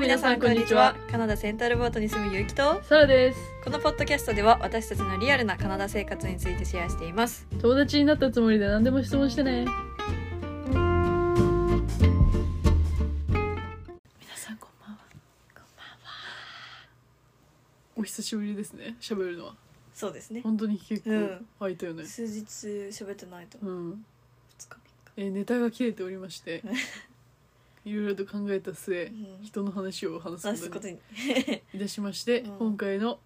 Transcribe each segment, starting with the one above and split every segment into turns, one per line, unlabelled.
皆さんこんにちはカナダセンタルボートに住むゆうきと
サラです
このポッドキャストでは私たちのリアルなカナダ生活についてシェアしています
友達になったつもりで何でも質問してね皆さんこんばんはお久しぶりですね喋るのは
そうですね
本当に結
うん
構空いたよね
数日喋ってないと
う
2
ん
日
えネタが切れておりま していろいろと考えた末
3日うん
人の話を話
話
す
す
こ
ことと
に
に
いたしまして、
うん
今回の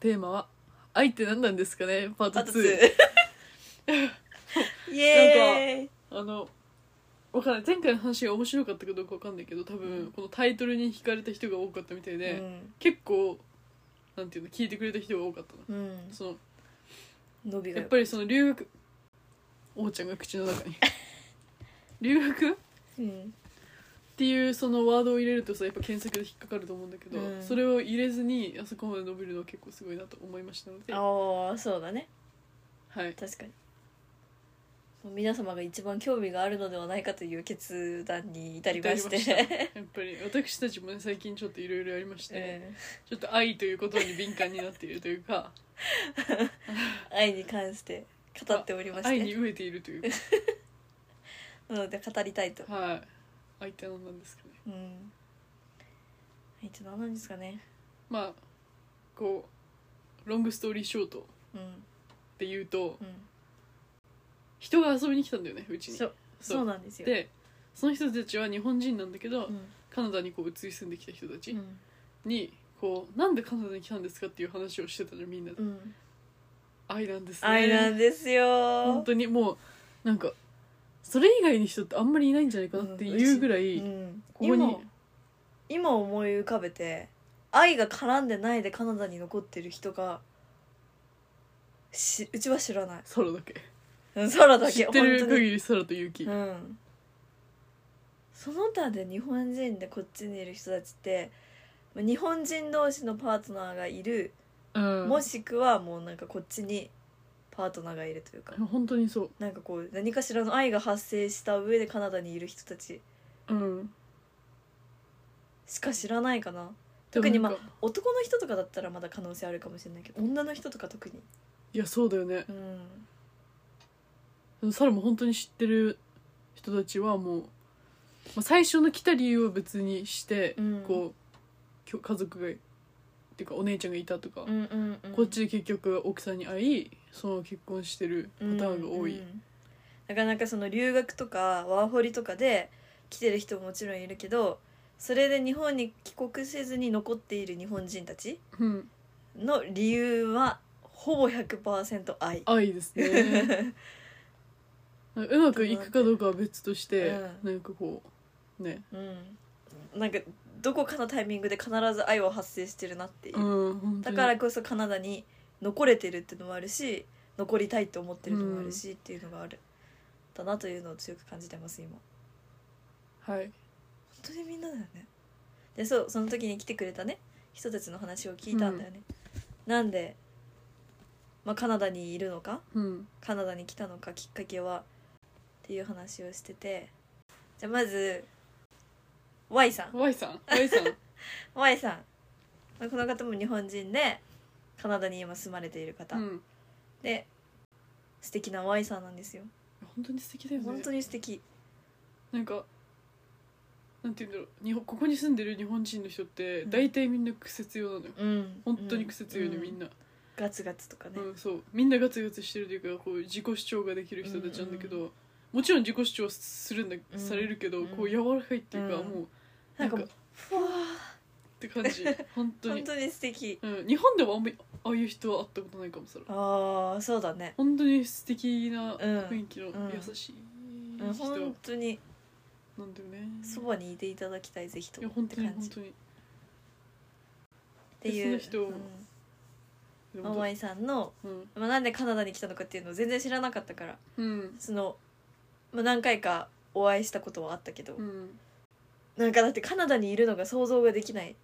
テーマは「愛って何なんですかね?」パート
あと2
2。
イエーイ
あのわかんない前回の話が面白かったかどうかわかんないけど多分、
うん
このタイトルに惹かれた人が多かったみたいで、
うん
結構なんていうの聞いてくれた人が多かったな
うん
その
伸びが
やっ
よ
ぱりその留学おーちゃんが口の中 に留学っ
うん
ていうそのワードを入れるとさやっぱ検索で引っかかると思うんだけど、
うん
それを入れずにあそこまで伸びるのは結構すごいなと思いましたので、
ああそうだね
はい、
確かに皆様が一番興味があるのではないかという決断に至りまして
至りましたやっぱり私たちもね最近ちょっといろいろやりまして、
うん
ちょっと愛ということに敏感になっているというか
愛に関して語っておりまし
愛に
て
飢えているというか
なので語りたいと、
はい。相手何なんですかね。
うん相手何なんですかね
まあ、こう、ロングストーリーショート
うん
で言うと、
うん
人が遊びに来たんだよね、うちに。
そうそうなんですよ
で、その人たちは日本人なんだけど、
うん
カナダにこう移り住んできた人た
う
ち
ん
に、こう、なんでカナダに来たんですかっていう話をしてたのよみんなで。
うん
愛なんですね。
愛なんですよ
本当にもう、なんか、それ以外に人ってあんまりいないんじゃないかなっていうぐらい、
うん
ここに、
今今思い浮かべて愛が絡んでないでカナダに残ってる人がしうちは知らない
ソロだけ。
うんソラだ
知
け
ってる
本当に
限りソロとユキ。
うんその他で日本人でこっちにいる人たちってまあ日本人同士のパートナーがいる、
うん。
もしくはもうなんかこっちにパートナーがいるというか、
本当にそ
なんかこう何かしらの愛が発生した上でカナダにいる人たち
う。うん。
しか知らないかな特にまあ
でもなんか
男の人とかだったらまだ可能性あるかもしれないけど女の人とか特に
いやそうだよね
うん
サラも本当に知ってる人たちはもう、まあ、最初の来た理由は別にして、
うん
こうきょ家族がっていうかお姉ちゃんがいたとか、
うんうんうん
こっちで結局奥さんに会いその結婚してるパターンが多い、
うんうんなかなかその留学とかワーホリとかで来てる人ももちろんいるけどそれで日本に帰国せずに残っている日本人たち
うん
の理由はほぼ100%愛、
愛ですね なんかうまくいくかどうかは別として、
う
なんかこうね
うん、なんかどこかのタイミングで必ず愛は発生してるなっていう、
うん本当
だ
に
からこそカナダに残れてるってのもあるし残りたいって思ってるのもあるし、っていうのがあるだなというのを強く感じてます今。
はい
本当にみんなだよねでそうその時に来てくれたね人たちの話を聞いたんだよね、なんで、まあ、カナダにいるのか
うん
カナダに来たのかきっかけはっていう話をしててじゃあまず Y さん
Y さん Y さん
Y さんまあこの方も日本人でカナダに今住まれている方、
うん
で素敵な Y さんなんですよ
本当に素敵だよね
本当に素敵
なんかなんて言うんだろう日本ここに住んでる日本人の人って
うん
大体みんな癖強なのよ、
うん
本当に癖強いの、
う
みんな、
ガツガツとかね、
うん、そうみんなガツガツしてるというかこう自己主張ができる人たちなんだけど、もちろん自己主張するんだ、
うん
されるけど、
うん
こう柔らかいっていうか、
うん
もう
なんかも
なん
う
か
ふわ
って感じ本
ー
当
本
に
当に素敵
うん、日本ではあんまりああいう人は会ったことないかもそれ
ああそうだね
本当に素敵な雰囲気の
うん
優しい
うん
人
本当に
なんだよね、
そばにいていただきたいぜひと
いや
もっ
本
て
当に
感
本
じっ
当に
ていう
その人をで
うん、お
も
前さんの、
うん
まあ、なんでカナダに来たのかっていうのを全然知らなかったから
うん
その、まあ、何回かお会いしたことはあったけど、
うん
なんかだってカナダにいるのが想像ができない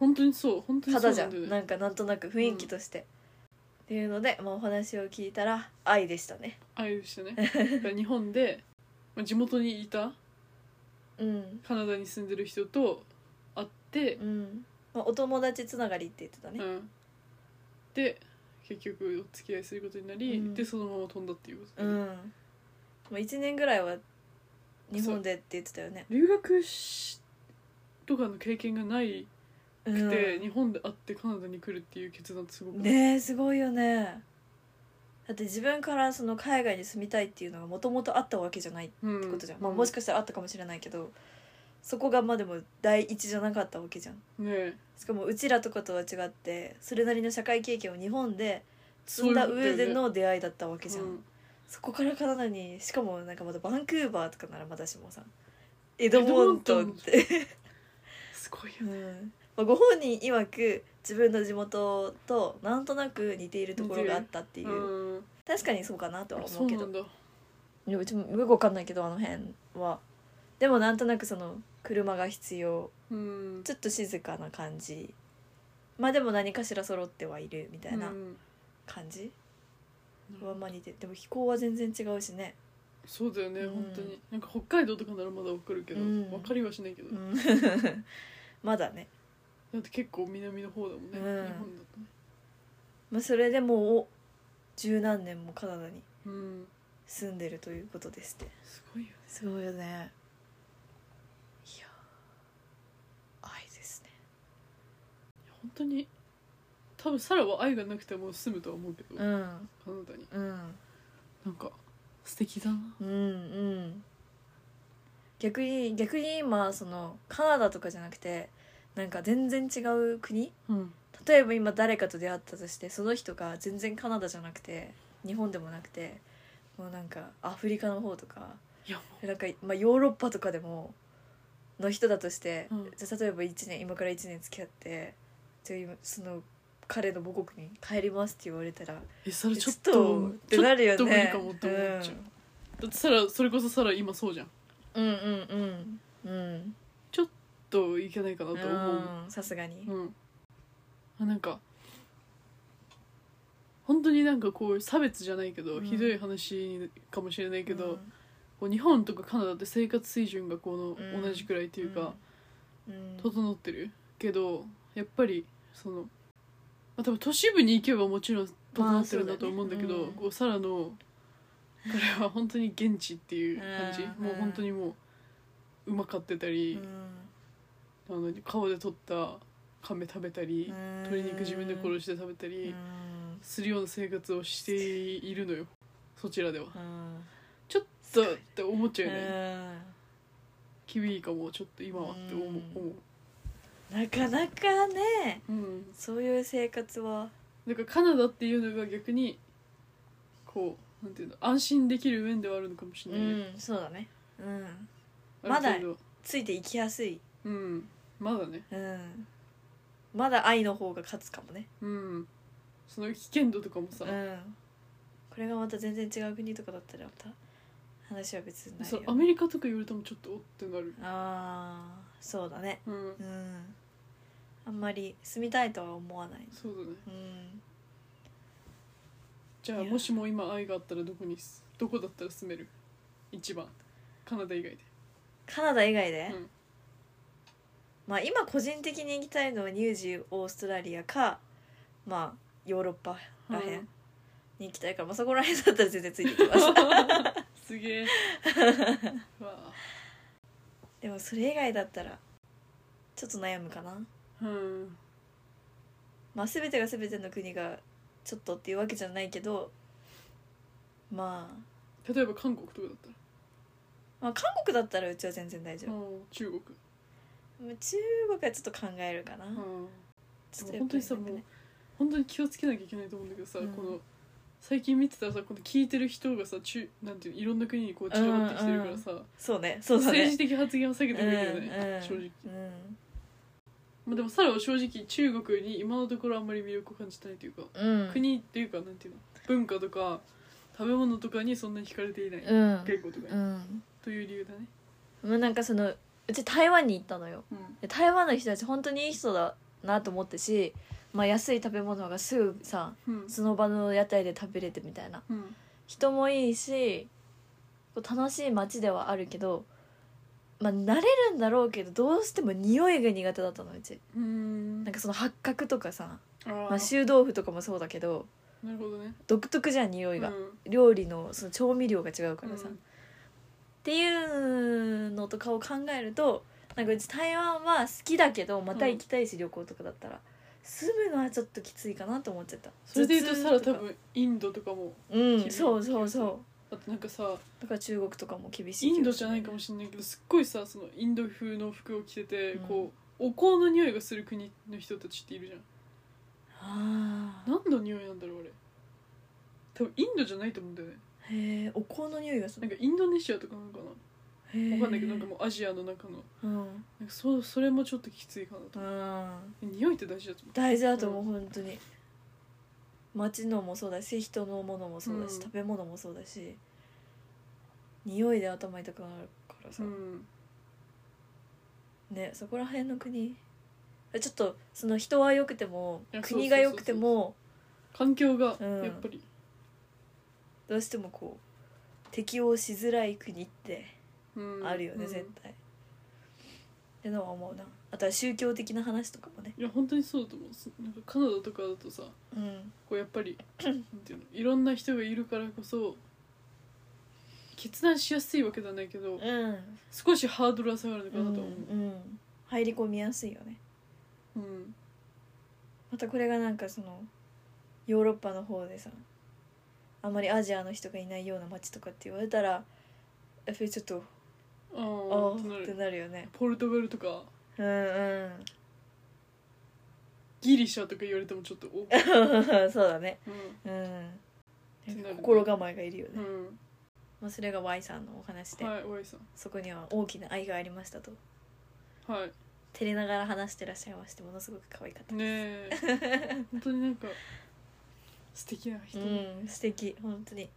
本当にそう本当にそう
方じ
な
ゃ
んだよ
ん
ね
なんかなんとなく雰囲気として、っていうので、まあ、お話を聞いたら愛でしたね
愛をしてねだから日本でまあ地元にいた
うん
カナダに住んでる人と会っって
う、んまあ、お友達つながりって言ってた
う
ね、
ん、で結局お付き合いすることになり、
うん
でそのまま飛んだっていうこと
う
で、
んまあ、1年ぐらいは日本でって言ってたよね
留学しとかの経験がない
うん
くて、日本で会ってカナダに来るっていう決断ってすごくない
ねえすごいよねだって自分からその海外に住みたいっていうのがもともとあったわけじゃないって
うん
ことじゃん、まあ、もしかしたらあったかもしれないけどそこがまあでも第一じゃなかったわけじゃん
ねえ
しかもうちらとかとは違ってそれなりの社会経験を日本で積んだ上での出会いだったわけじゃん、
うん
そこからカナダにしかもなんかまだバンクーバーとかならまだしもさエドモントンって、
すごいよ
う
ね
んまあ、ご本人曰く自分の地元となんとなく似ているところがあったっていう、
うん
確かにそうかなとは
あそ
思う
う
け
な
ど
んだ
いやうちもよくわかんないけどあの辺はでもなんとなくその車が必要
うん
ちょっと静かな感じまあでも何かしら揃ってはいるみたいな
うん
感じはまあ似てでも飛行は全然違うしね
そうだよね、
うん
本当になんか北海道とかならまだわかるけど、
うん
わかりはしないけど、
うん まだね、
だって結構南の方だもんね、
うん
日本だとね
まあ、それでもう十何年もカナダに
うん
住んでるということですって
すごいよね
すごいよねいや愛ですね
本当に多分サラは愛がなくても住むとは思うけど、カナ
ん
ダに
うん
なんか素敵だな
うんうん逆に逆に今そのカナダとかじゃなくてなんか全然違う国
うん
例えば今誰かと出会ったとしてその人が全然カナダじゃなくて日本でもなくてもうなんかアフリカの方とか
いやも
なんか、まあ、ヨーロッパとかでもの人だとして、
うん
じゃあ例えば1年今から1年付き合ってじゃあ今その彼の母国に帰りますって言われたら
うえサラちょっ
ちょっ
と
とってなるよね
ちょっと無理かもって思っちゃう、
うん
だってサラそれこそサラ今そうじゃん
うんうんうんうん
ちょっといけないかなと思う
うんさすがに
うん、あなんか本当になんかこう差別じゃないけど、
うん
ひどい話かもしれないけど、
うん
こう日本とかカナダって生活水準がこの、
うん
同じくらいというか、
うん
整ってるけどやっぱりその、まあ、多分都市部に行けばもちろん整ってるんだと思うんだけど、
まあそうだねうん
こうサラのこれは本当に現地っていう感じ、
うん
もう本当にもう馬飼ってたり、あの川で取った亀食べたり。鶏肉自分で殺
し
して食べた
て
りするような生活をしているのよそちらではちょっとって思っちゃうよね厳いかもちょっと今はって思う
うん
思う
なかなかね
うん
そういう生活は
だからカナダっていうのが逆にこうなんていうの安心できる面ではあるのかもし
う
れないね
んそうだねうん
ある程度
ついていきやすい
うんまだね
うんまだ愛の方が勝つかもね
うんその危険度とかもさ
うんこれがまた全然違う国とかだったらまた話は別にない
そう
よ
アメリカとか言われてもちょっとおってなる
ああそうだね
うん
うんあんまり住みたいとは思わない
そうだね
うん
じゃあ
いや
もしも今愛があったらどこにすどこだったら住める一番カナダ以外で
カナダ以外で、
うん
まあ今個人的に行きたいのはニュージーオーストラリアかまあヨーロッパらへんに行きたいから、まあ、そこらへんだったら全然ついて きます
すげえわ
でもそれ以外だったらちょっと悩むかな、
あうん
まあ、全てが全ての国がちょっとっていうわけじゃないけど、まあ、
例えば韓国とかだっ
まあ韓国だったらうちは全然大
た
丈
ら
夫、
うん中国
まあ中国はちょっと考えるかな、
うん
ち
で
ょっ
も
とやっ
本当にさ
ぱりなんか
もう
ね
本当に気をつけなきゃいけないと思うんだけどさ、
うん
この最近見てたらさこの聞いてる人がさ中なんていうのいろんな国にこう散らばってきてるからさ、
そうねそ うだね
政治的発言は避けてもいいよね、正直、
うんうん
まあ、でもサラは正直中国に今のところあんまり魅力を感じてないというか
うん、
国っていうかなんていうの文化とか食べ物とかにそんなに惹かれていない、
うん
結構とかに、
うん
という理由だね
まあなんかそのうち台湾に行ったのよ
うん
で台湾の人たち本当にいい人だなと思ってし、まあ、安い食べ物がすぐさ
うん
その場の屋台で食べれてみたいな
うん
人もいいしこう楽しい街ではあるけどまあ慣れるんだろうけどどうしても匂いが苦手だったのうち
うん
なんかその八角とかさ、
あー
まあ、臭豆腐とかもそうだけど
なるほどね
独特じゃん匂いが、
うん
料理のその調味料が違うからさ、
う
っ
ん
ていうのとかを考えるとなんかうち台湾は好きだけどまた行きたいし、旅行とかだったら住むのはちょっときついかなと思っちゃった
それで言うとさ
頭
ら多
痛とか
分インドとかも
うんそうそうそう
あとなんかさ
だから中国とかも厳し
イ
いけど
ンドじゃないかもしれないけどすっごいさそのインド風の服を着てて、
うん
こうお香の匂いがする国の人たちっているじゃん
ああ
何の匂いなんだろうあれ多分インドじゃないと思うんだよね
へえお香の匂いがす
な
る
んかインドネシアとかなのかな
へ
わ
え
かんないけどなんかもうアジアの中の
うん
なんかそそれもちょっときついかなと
うん
匂いって大事だと思
大事だと思う本当に街のもそうだし人のものもそうだし、
うん
食べ物もそうだし匂いで頭痛くなるからさ、
う、うん、
ねそこら辺の国ちょっとその人は良くても
いや
国が良くても
環境が
うん
やっぱり、
どうしてもこう適応しづらい国って
うん
あるよね、
うん
絶対ってのは思うなあとは宗教的な話とかもね
いや本当にそうだと思うすなんかカナダとかだとさ
うん
こうやっ ぱりなんていうのいろんな人がいるからこそ決断しやすいわけではないけど
うん、
少しハードルは下がるのか
う
なと思う、
ん、入り込みやすいよね
うん
またこれがなんかそのヨーロッパの方でさあんまりアジアの人がいないような街とかって言われたらやっぱりちょっと
あ
あ
あ
あ
ってな
って
る
なるよね
ポルトガルとか
うんうん
ギリシャとか言われてもちょっとお、
そうだね
う
うん
てなる
心構えがいるよね、
んうん、
まあ、それが Y さんのお話で、
はい Y さ
そこには大きな愛がありましたと
んはい
照れながら話してらっしゃいましてものすごく可愛かった
ねえ 本当になんか素敵な人、
うん素敵本当に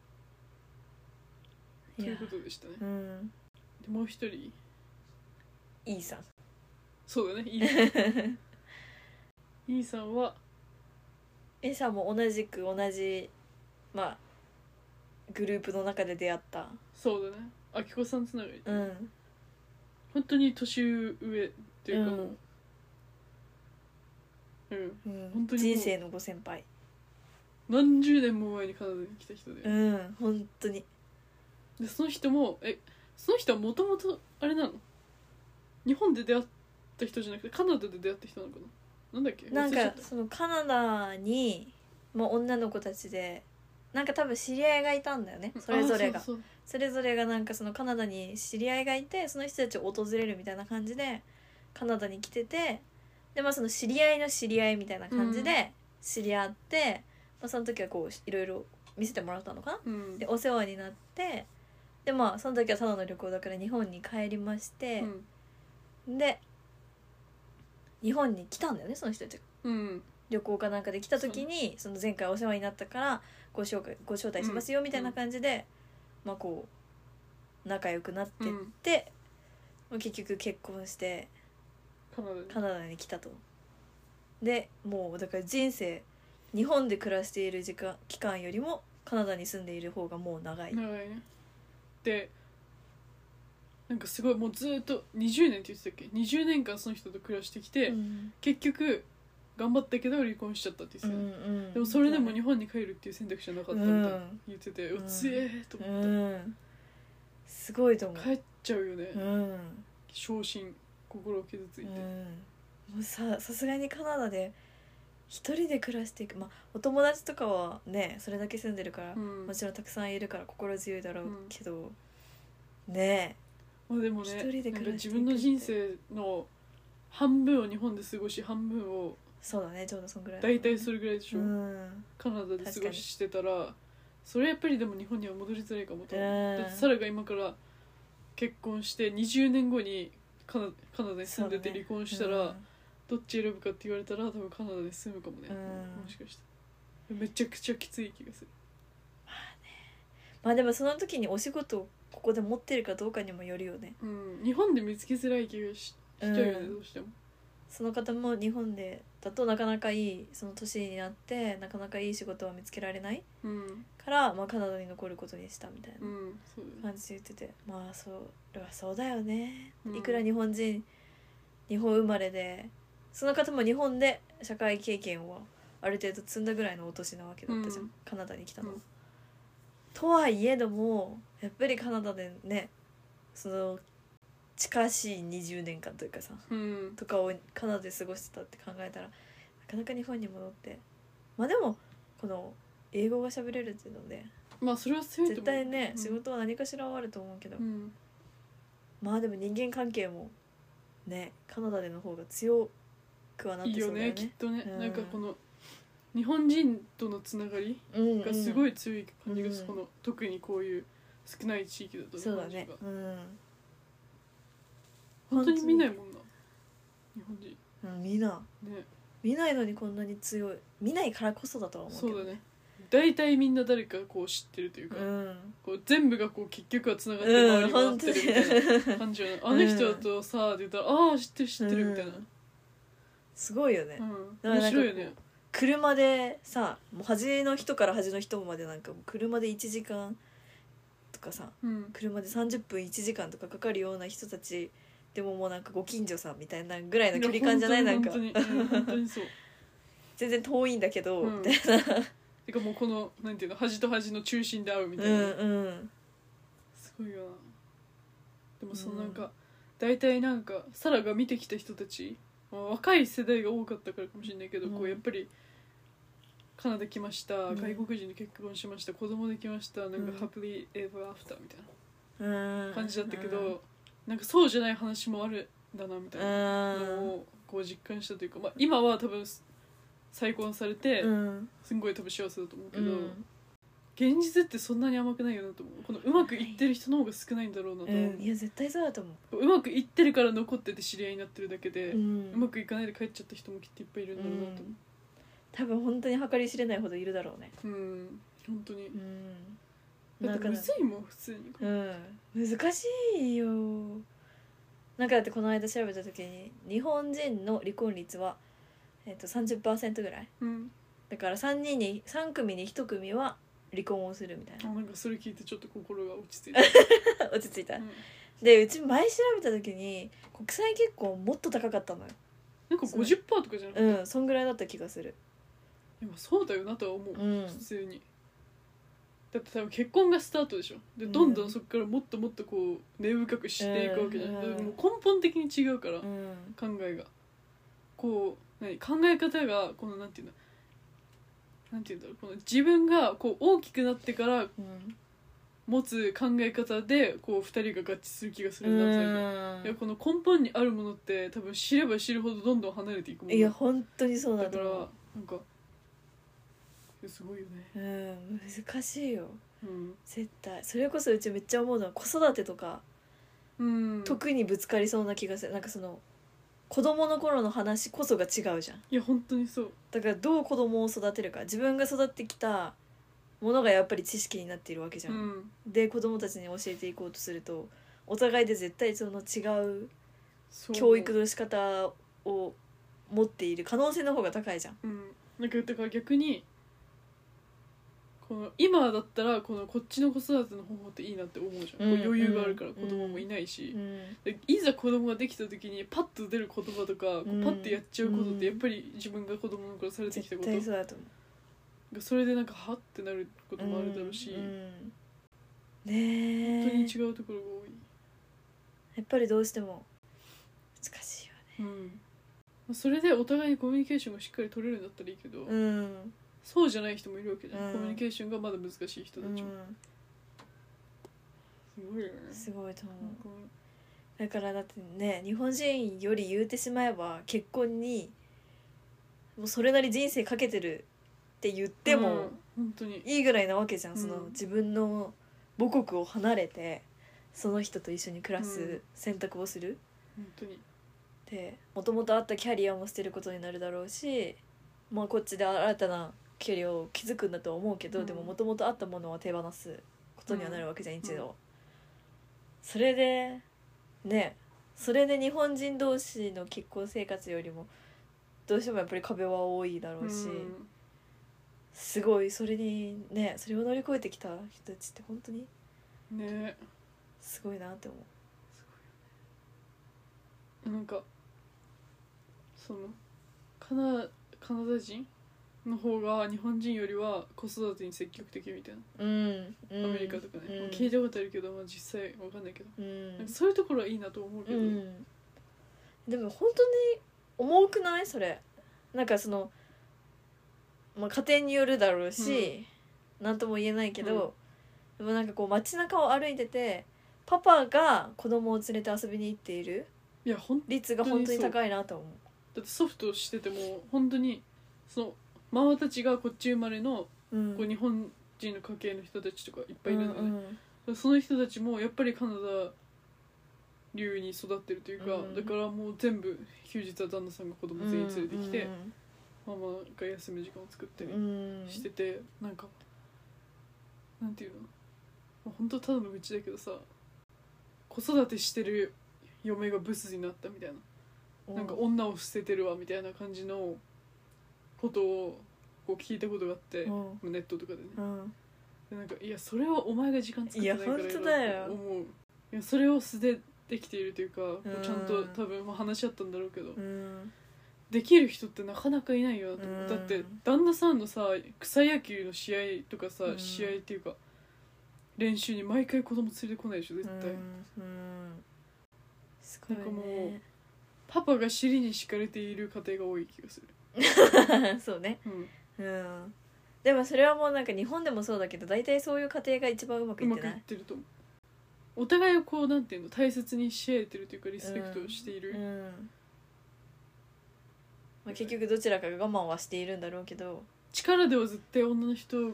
と
い
い
や
うことでしたね
うん
でもう一人
いいさん
そうだね イーさんイーさんは
A さんも同じく同じまあグループの中で出会った
そうだねあきこさんつながり、
うん
本当に年上っていうかもううん、
うん
本当にもう
人生のご先輩
何十年も前にカナダに来た人で,、
うん本当に
でその人もえその人はもともとあれなの日本で出会った人じゃなくてカナダで出会った人なのかななんだっけ
なん
忘れちゃっ
かそのカナダに、まあ、女の子たちでなんか多分知り合いがいたんだよね
た
それぞれ
あ
が
そうそう
それぞれがなんかそのカナダに知り合いがいてその人たちを訪れるみたいな感じでカナダに来ててでまあその知り合いの知り合いみたいな感じ
う
で知り合って、まあ、その時はこういろいろ見せてもらったのかな
うん
でお世話になってでまあその時はただの旅行だから日本に帰りまして
う、ん
で日本に来たんだよねその人たちが
うん
旅行かなんかで来た時にその前回お世話になったからご紹介ご招待しますよみたいな感じで、まあこう仲良くなってって、まあ結局結婚して
カナダに
カナダに来たと。でもうだから人生日本で暮らしている時間期間よりもカナダに住んでいる方がもう長い。
長いねでなんかすごいもうずっと20年って言ってたっけ20年間その人と暮らしてきて、
うん
結局頑張ったけど離婚しちゃったって言って
う
た
ん
よね、
うん
でもそれでも日本に帰るっていう選択肢はなかったみたいな
うん
言ってて、う
うん
つえーと思って、
うんすごいと思う。
帰っちゃうよね、
うん
昇進心を傷ついて、
うん、もうささすがにカナダで一人で暮らしていくまあお友達とかはねそれだけ住んでるから、
うん
もちろんたくさんいるから心強いだろう
うん
けど、ね
まあ、でもね
一人で暮らしていくって
なんか自分の人生の半分を日本で過ごし半分を
えそうだねちょうどそんぐらい
大体それぐらいでしょ、
うん
カナダで過ごししてたらそれやっぱりでも日本には戻りづらいかもと思う、
うん
だってサラが今から結婚して20年後にカナカナダに住んでて
そうだ
離
ね
婚した
う
ら、
ん
どっち選ぶかって言われたら多分カナダに住むかもね、
うん
もしかしてめちゃくちゃきつい気がする
まあでもその時にお仕事をここで持ってるかどうかにもよるよね
うん、日本で見つけづらい気がししちゃうよね、
うん
どうしても
その方も日本でだとなかなかいいその年になってなかなかいい仕事は見つけられない
うん
から、まあ、カナダに残ることにしたみたいな
うんそうだよね
感じで言っててまあそれはそうだよね、
うん
いくら日本人日本生まれでその方も日本で社会経験をある程度積んだぐらいのお年なわけだったじゃん、
うん
カナダに来たのは、
うん
とはいえどもやっぱりカナダでねその近しい20年間というかさ
うん
とかをカナダで過ごしてたって考えたらなかなか日本に戻ってまあでもこの英語が喋れるっていうので
まあそれは強いと思う
絶対ね、
うん
仕事は何かしらはあると思うけど、
うん
まあでも人間関係もねカナダでの方が強くはなっ
いい
て
よ
そうだよ
ね
ね
きっとね、
うん
なんかこの日本人とのつながり
うん
がすご
い、
い強い感じがする、
うん
この特にこういう少ない地域だと
そうだね
感じが
うん、
本当に見ないもんな日本人
うん、見な
ね
見ないのにこんなに強い見ないからこそだとは思う
そ
けど
うだね大体みんな誰かこう知ってるというか、
うん
こう全部がこう結局はつながって周
うん
り回っ
本
て
当に
るみたいな感じよね、
ん
あの人だとさって言ったら「ああ知ってる知ってる」みたいな、
うんすごいよね、
うん
だからなんか
面白いよね
車でさもう端の人から端の人までなんかもう車で1時間とかさ
うん
車で30分1時間とかかかるような人たちでももうなんかご近所さんみたいなぐらいの距離感じゃない
や
なんか
本当にうん本当に そう
全然遠いんだけど、
うん
みたいな
てかもうこのなんていうの端と端の中心で会うみた
う
いな、
んうん
すごいよなでもそうの
ん
なんか、大体なんかサラが見てきた人たち、まあ若い世代が多かったからかもしれないけど、
うん
こうやっぱりカナダ来ました、
ん
外国人と結婚しました子供できましたなんか、
うん
ハッピーエバーアフターみたい
うん
な感じだったけど、なんかそうじゃない話もあるんだなみた
う
いなんのをこう実感したというか、まあ、今は多分再婚されて、
うん
すんごい多分幸せだと思うけ
う
ど、
ん
現実ってそんなに甘くないよなと思うこのうまくいってる人の方が少ないんだろうなと
う
思う、
んいや絶対そうだと思
うまくいってるから残ってて知り合いになってるだけで、
う、う、
うんまくいかないで帰っちゃった人もきっといっぱいいるんだろうなと
うん多分本当に計り知れないほどいるだろうね
思ううん本当に
うん
だ
な
っ
ん
て
か
むずいもん普通に
うん難しいよなんかだってこの間調べた時に日本人の離婚率は、えっと30%ぐらい
うん
だから3人に3組に1組は離婚をするみたい
あ
な
なんかそれ聞いてちょっと心が落ち着 いた、
落ち着いた
うん
でうち前調べた時に国際結婚もっと高かったのよ
なんか50%とかじゃなくて
うんそんぐらいだった気がする
でもそうだよなとは思う、
うん
普通にだって多分結婚がスタートでしょでどんどんそこからもっともっとこう根深くしていくわけじゃない、
うん
だからもう根本的に違うから、
うん
考えがこう何考え方がこのなんていうのなんていうんだろうこの自分がこう大きくなってから
うん
持つ考え方でこう2人が合致する気がするな最後いや
う
この根本にあるものって多分知れば知るほどどんどん離れていくも
ん
の
いや本当にそうだ
だ
と
から
思
なんかすごいよね、
ううん難しいよ
うん
絶対それこそうちめっちゃ思うのは子育てとか
うん、
特にぶつかりそうな気がするなんかその子供の頃の話こそが違うじゃん
いや本当にそう
だからどう子供を育てるか自分が育ってきたものがやっぱり知識になっているわけじゃ、
うんん
で子供たちに教えていこうとするとお互いで絶対その違う
そう
教育の仕方を持っている可能性の方が高いじゃん
うん、なんかだから逆にこの今だったらこのこっちの子育ての方法っていいなって思うじゃん、
うん
こう余裕があるから
うん
子供もいないし
う、ん
でいざ子供ができた時にパッと出る言葉とか、こう
うん
パッとやっちゃうことってやっぱり自分が子供の頃されてきた
絶
こと
対そうだと思う
がそれでなんかはってなることもあるだろうし、
うん
本当
ね
に違
え
うところが多い、
やっぱりどうしても難しいよね
うんまあそれでお互いにコミュニケーションがしっかり取れるんだったらいいけど、
うん
そうじゃない人もいるわけじゃん、
うん
コミュニケーションがまだ難しい人た
う
ちも、
ん
すごいよね
すごいと思う
なんか
だからだってね日本人より言うてしまえば結婚にもうそれなり人生かけてるって言って
うん
も
本当に
いいぐらいなわけじゃん、その
うん
自分の母国を離れてその人と一緒に暮ら
う
す
ん
選択をする
本当に
ってもともとあったキャリアも捨てることになるだろうし、まあ、こっちで新たなキャリアを築くんだとは思うけど、
うん
でももともとあったものは手放すことにはなるわけじゃん、一
う
度。それでねそれで日本人同士の結婚生活よりもどうしてもやっぱり壁は多いだろうし、
うん
すごいそれにねそれを乗り越えてきた人たちって本当に
ね
すごいなって思う
なんかそのカナカナダ人の方が日本人よりは子育てに積極的みたいな、
うん、うん、
アメリカとかね、
うん
まあ聞いたことあるけど、まあ、実際わかんないけど、
うん
なんかそういうところはいいなと思うけ
う
ど、
ん、でも本当に重くないそれなんかその、まあ、家庭によるだろうし何、なん、とも言えないけど、でもなんかこう街中を歩いててパパが子供を連れて遊びに行っている
いやほんだ
率が本当に高いなと思う。
ってソフトしてても本当にそのママたちがこっち生まれの、
うん
こう日本人の家系の人たちとかいっぱいいるので、
うんうん
その人たちもやっぱりカナダ流に育ってるというか、
うん
だからもう全部休日は旦那さんが子供全員連れてきて、ママが休む時間を作ったり
うん
してて、なんかなんていうの、まあ、本当ただの愚痴だけどさ子育てしてる嫁がブスになったみたいな、なんか女を捨ててるわみたいな感じのことをこう聞いたことがあって、
うん
ネットとかでね。
うん
でなんかいやそれはお前が時間作ってないから
いや本当だよ
って思ういやそれを素でできているというか、こう
うん
ちゃんと多分、まあ、話し合ったんだろうけど、
うん
できる人ってなかなかいないよなと思う
うん
だって旦那さんのさ草野球の試合とかさ、
うん
試合っていうか練習に毎回子供連れてこないでしょ絶対、
うんうんすごい
なんかも
ね
パパが尻に敷かれている家庭が多い気がする、
そうね
うん、
うんでもそれはもうなんか日本でもそうだけど大体そういう家庭が一番うまく
う
いっ
ま
て
くい
な
っ
い
てると思うお互いをこうなんていうの大切にし合えてるというかリスペクトしている、
うんまあ、結局どちらかが我慢はしているんだろうけど
力では絶対女の人は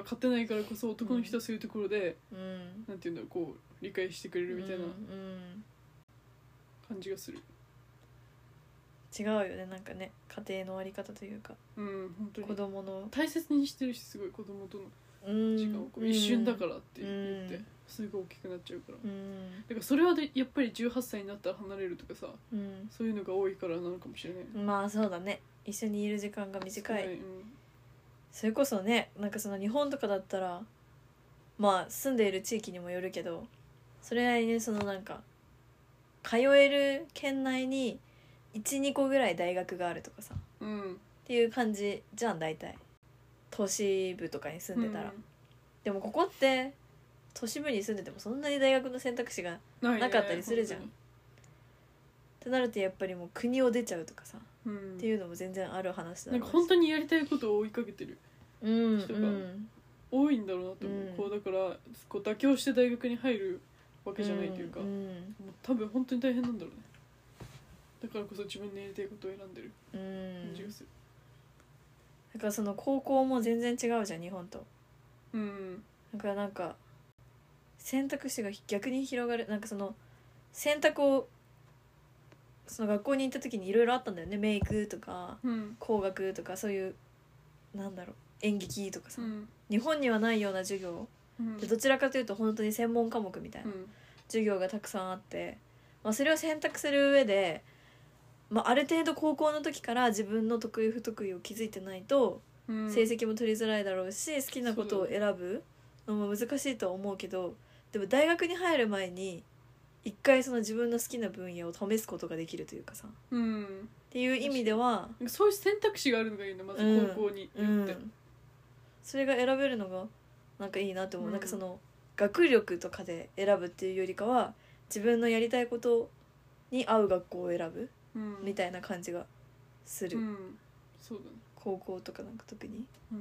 勝てないからこそ男の人はそういうところで、
うん
なんていうんだろうこう理解してくれるみたいな
うん
感じがする
うん、違うよねなんかね家庭のあり方というか
うん、本当に
子供の
大切にしてる人すごい子供との
うん
時間をこう一瞬だかららって言って、
うん
すごい大きくなっちゃうからだ
うん
からそれはでやっぱり18歳になったら離れるとかさ
うん、
そういうのが多いからなのかもしれない
まあそうだね一緒にいる時間が短い
少な
それこそねなんかその日本とかだったらまあ住んでいる地域にもよるけどそれなりにそのなんか通える県内に12個ぐらい大学があるとかさっ
うん、うん、
ていう感じじゃん大体都市部とかに住んでたら、でもここって都市部に住んでてもそんなに大学の選択肢がっ
うんないね
なかったりするじゃん
本
てなるとやっぱりもう国を出ちゃうとかさっ
当にうん
ていうのも全然ある話だ
なんか本当にやりたいことを追いかけてる
当うん
人
う
が
ん
多いんだろうなと思う、
うん
こうだからこう妥協して大学に入るわけじゃないというか、
ん
も
ん
う多分本当に大変なんだろうねだからこそ自分のやりたいことを選んでる
うん
感じがする
だからその高校も全然違うじゃん日本と
うん、
だからなんか選択肢が逆に広がるなんかその選択をその学校に行った時にいろいろあったんだよねメイクとか
うん
工学とかそういうなんだろう演劇とか
う
さ、
ん
日本にはないような授業
うん
でどちらかというと本当に専門科目みたいな、
うん
授業がたくさんあって、まあ、それを選択する上で、まあ、ある程度高校の時から自分の得意不得意を気づいてないと
うん
成績も取りづらいだろうし好きなことを選ぶのも難しいとは思うけどでも大学に入る前に一回その自分の好きな分野を試すことができるというかさっ
うん
ていう意味では、
そういう選択肢があるのがいいねまず
うん
高校によって、
うん、それが選べるのがなんかいいなと思う、
うん
なんかその学力とかで選ぶっていうよりかは自分のやりたいことに合う学校を選ぶ
うん
みたいな感じがする、
うんそうだね
高校とかなんか特に
うん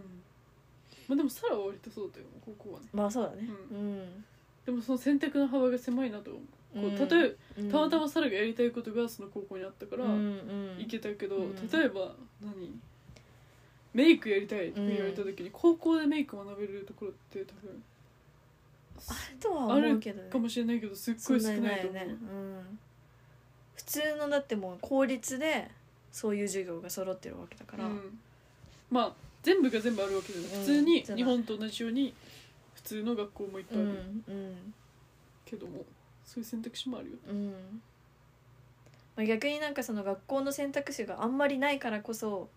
まあでもサラは割とそうだったよ高校はね
まあそうだね
う
うん、
でもその選択の幅が狭いなと思う,、
うん
こう例え
うん
ばたまたまサラがやりたいことがその高校にあったから、
うんうん
行けたけど、
うん
例えば何メイクやりたいって言われた時に、高校でメイク学べるところって多分
あるとは思うけどね
かもしれないけどすっごい少
そんに
ないと思う
ね、うん、普通のだってもう公立でそういう授業が揃ってるわけだから、
うんまあ全部が全部あるわけじゃない、
うん
普通に
じゃな
日
い
本と同じように普通の学校もいっぱいあ
う
る
んうん
けども、そういう選択肢もあるよ
うんまあ、逆になんかその学校の選択肢があんまりないからこそ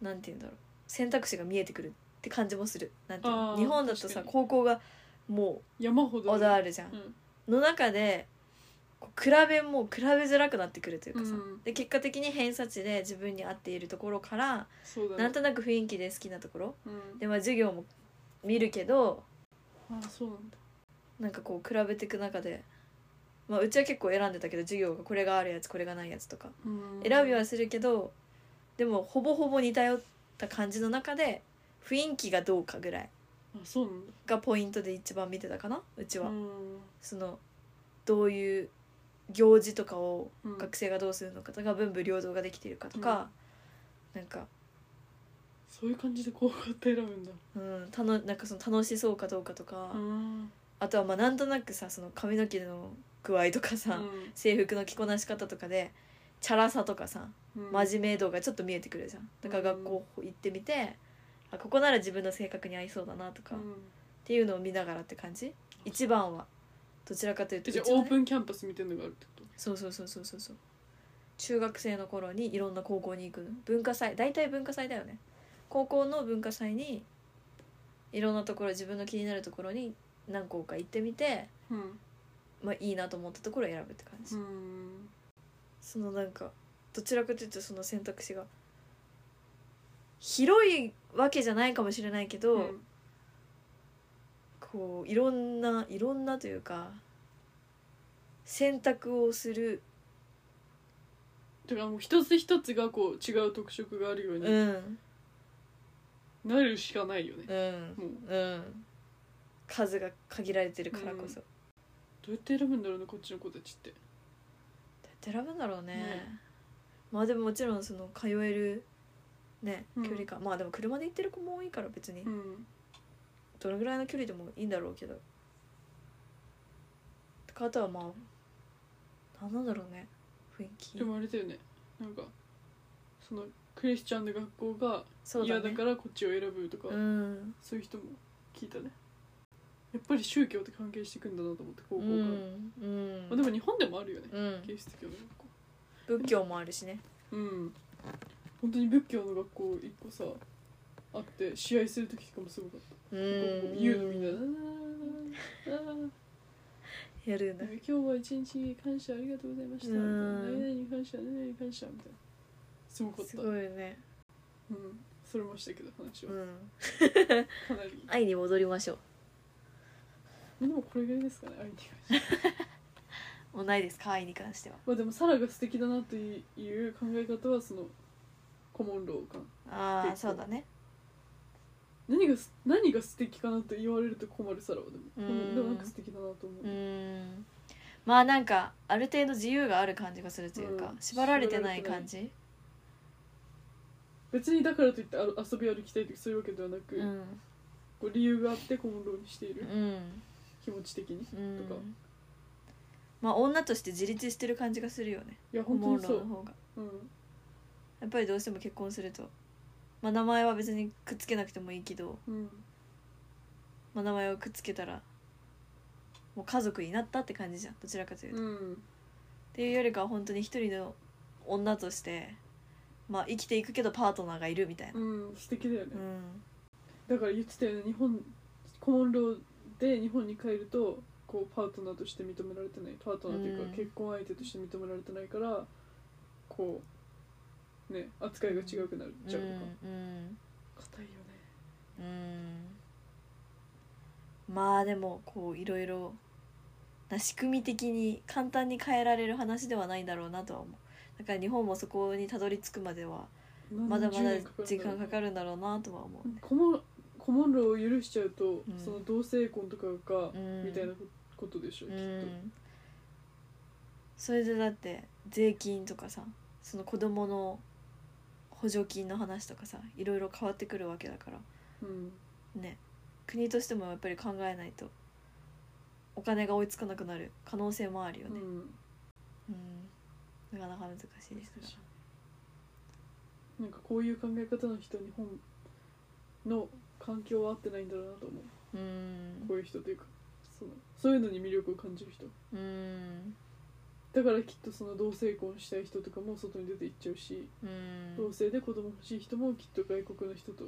なんて言うんだろう選択肢が見えてくるって感じもするなんていうの
あー
日本だとさ
確かに
高校がも
山ほ
う
ど
オダールじゃん
う、ん
の中でこう比べもう比べづらくなってくるというかさ、
うん
で結果的に偏差値で自分に合っているところから
そうだね
なんとなく雰囲気で好きなところ
うん
でまあ授業も見るけど
あそうなんだ
なんかこう比べていく中で、まあ、うちは結構選んでたけど授業がこれがあるやつこれがないやつとか
うん
選びはするけどでもほぼほぼ似通った感じの中で雰囲気がどうかぐらい
あそうなんだ
がポイントで一番見てたかなうちは、
うん
そのどういう行事とかを
うん
学生がどうするのかとか文武両道ができているかとか、なんか、
そういう感じでこうやって選ぶんだ
うん、たのなんかその楽しそうかどうかとか、
うん
あとはまあなんとなくさその髪の毛の具合とかさ、
うん
制服の着こなし方とかでチャラさとかさ
うん
真面目度がちょっと見えてくるじゃんだから学校行ってみて、あここなら自分の性格に合いそうだなとか、
う
っ
ん
ていうのを見ながらって感じ一番はどちらかというと
えじゃあ
うちは
オ
ね
ープンキャンパスみたいなのがあるってこと
そうそうそうそうそうそう中学生の頃にいろんな高校に行く文化祭大体文化祭だよね高校の文化祭にいろんなところ自分の気になるところに何校か行ってみて、
うん
まあ、いいなと思ったところを選ぶって感じ、
うん
そのなんかどちらかというとその選択肢が広いわけじゃないかもしれないけど、
うん
こういろんないろんなというか選択をする
だからもう一つ一つがこう違う特色があるよう
う
に
ん
なるしかないよね
うん
もう
うん、数が限られてるからこそ、ど
どうやって選ぶんだろうねこっちの子たちって
うやって選ぶんだろうね
ね
まあでももちろんその通えるね
うん
距離感、まあでも車で行ってる子も多いから別に
うん
どのぐらいの距離でもいいんだろうけどとかあとはまあなんなんだろうね雰囲気
でもあれだよねなんかそのクリスチャンの学校が
そうだ
嫌
ね
だからこっちを選ぶとか
うん、
そういう人も聞いたねやっぱり宗教って関係してくんだなと思って高
う
校から、
んうん
まあ、でも日本でもあるよね
うん
キリスト教の学校
仏教もあるしね
うん本当に仏教の学校一個さあって試合する時とかもすごかった
う
こ
ん
う言うのみんなあーあー
やるんだ
なんか今日は一日感謝ありがとうございましたみたいな
う
何
ん
々に感謝何々に感謝みたいなすごかった
すごいよね
うんそれましたけど話
う
は
ん
かなり
愛に戻りましょ
でもこれぐらいですかね相手が
うもうないですか愛に関しては
まあでもサラが素敵だなという考え方はそのコモンロー感
ああ
結構
そうだね
何がす何が素敵かなと言われると困るサラはでも
うん
コモンローなんか素敵だなと思
う
う、
んまあなんかある程度自由がある感じがするというか、
うん
縛られてない感じ
別にだからといってあ遊び歩きたいとかそういうわけではなく、
うん
こう理由があってコモンローにしている
うん、
気持ち的にい
うん
とか、
まあ女として自立してる感じがするよね
や
コ
本当
モン
に
ロ
そ
ーの
う
方が
うん
やっぱりどうしても結婚すると、まあ、名前は別にくっつけなくてもいいけど、
うん
まあ、名前をくっつけたらもう家族になったって感じじゃんどちらかというと、っ
うん
ていうよりかは本当に一人の女として、まあ、生きていくけどパートナーがいるみたいな
うん素敵だよね、
うん
だから言ってたよね日本コモンローで日本に帰るとこうパートナーとして認められてないパートナーというか、
うん
結婚相手として認められてないからこうね扱いが違うくなるじゃうとか
うんうん
硬いよね
うんまあでもこういろいろな仕組み的に簡単に変えられる話ではないんだろうなとは思うだから日本もそこにたどり着くまではまだまだ時間かか
る
るんだろうなとは思うね
コモンコモンローを許しちゃうと、
うん
その同性婚とかが、
うん
みたいなことでしょ、
う
きっと、
んそれでだって税金とかさその子供の補助金の話とかさいろいろ変わってくるわけだから
うん
ね国としてもやっぱり考えないとお金が追いつかなくなる可能性もあるよ
う
ね、
ん
うん、なかなか難しいですが
なんかこういう考え方の人日本の環境は合ってないんだろうなと思う
うん
こういう人というかそのそういうのに魅力を感じる人
うん
だからきっとその同性婚したい人とかも外に出て行っちゃうし、
うん
同性で子供欲しい人もきっと外国の人と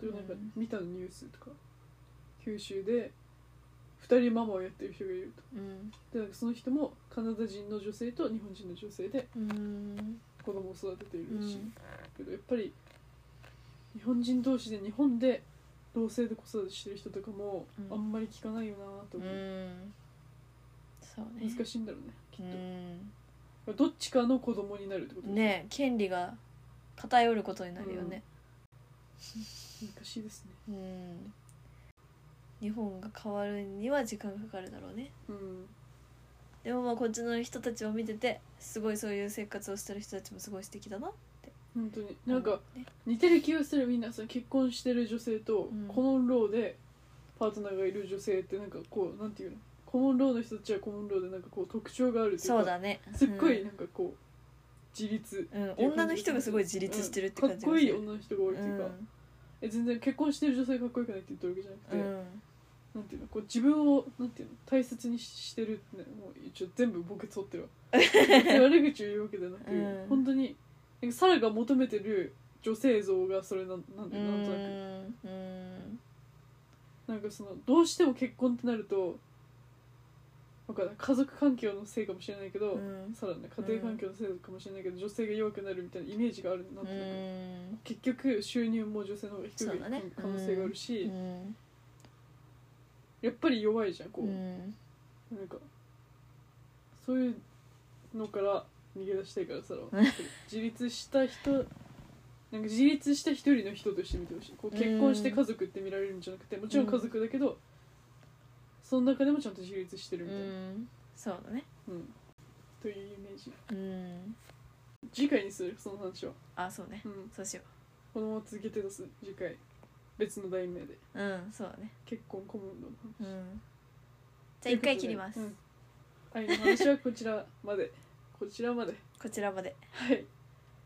となんか
うん
見たニュースとか九州で2人ママをやってる人がいる
うん
とでなんかその人もカナダ人の女性と日本人の女性で
うん
子供を育てていうるらしい、
ん
けどやっぱり日本人同士で日本で同性で子育てしてる人とかも
うん
あんまり聞かないよなと
う
思う、
んそうね
難しいんだろうねきっ
うん
とどっちかの子供になるってことね
ねえ権利が偏ることになるよね
難しいですね
うん日本が変わるには時間がかかるだろうね
うん
でもまあこっちの人たちを見ててすごいそういう生活をしてる人たちもすごい素敵だな
本当になんか
ね
似てる気がするみんなその結婚してる女性と
うん
コモンローでパートナーがいる女性ってなんかこうなんていうのコモンローの人たちはコモンローでなんかこう特徴があるっていうか
そうだね
すっごいなんかこう、自立
うん、うん女の人がすごい自立してるって感じ
うんかっこいい
っ
女の人が多いっていうか、
うん
え全然結婚してる女性かっこよくないって言ってるわけじゃなく
う
て、
ん
なんていうのこう自分をなんていうの大切にしてるって、ね、もう一応全部ボケ取って るわ悪口を言うわけじゃなく、
うん
本当になんかサラが求めてる女性像がそれなんなん
う
だよなんとなく、
んうん
なんかそのどうしても結婚ってなるとわかんない家族環境のせいかもしれないけど、
うん
さらにね家庭環境のせいかもしれないけど、女性が弱くなるみたいなイメージがあるなんとなく、
うん
結局収入も女性の方が低い
そうだね
可能性があるし、
うん
やっぱり弱いじゃんこう、
うん
なんかそういうのから逃げ出したいから さ自立した人なんか自立した一人の人として見てほしいこう結婚して家族って見られるんじゃなくてもちろん家族だけど、その中でもちゃんと自立してるみ
う
たいな、
んそうだね
うんというイメージ
うん
次回にするその話は、
あそうね
うん、
そうしよ
このまま続けて出す次回別の題名で
ううんそうだね
結婚コムンドの話
うんじゃあ一回切ります、
うん愛の話はこちらまでこちらまで
こちらまで
はい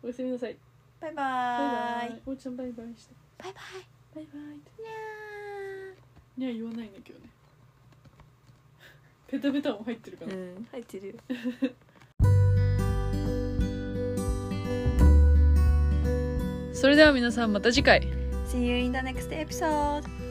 おやすみなさい
バイバ
バイ
ーイ
バイおうちゃんバイバイして
バイバイ
バイバイって
にゃ
にゃ言わないんだけどねペタペタも入ってるかな、
ーうん入ってるよ
それでは皆さんまた次回
See you in the next episode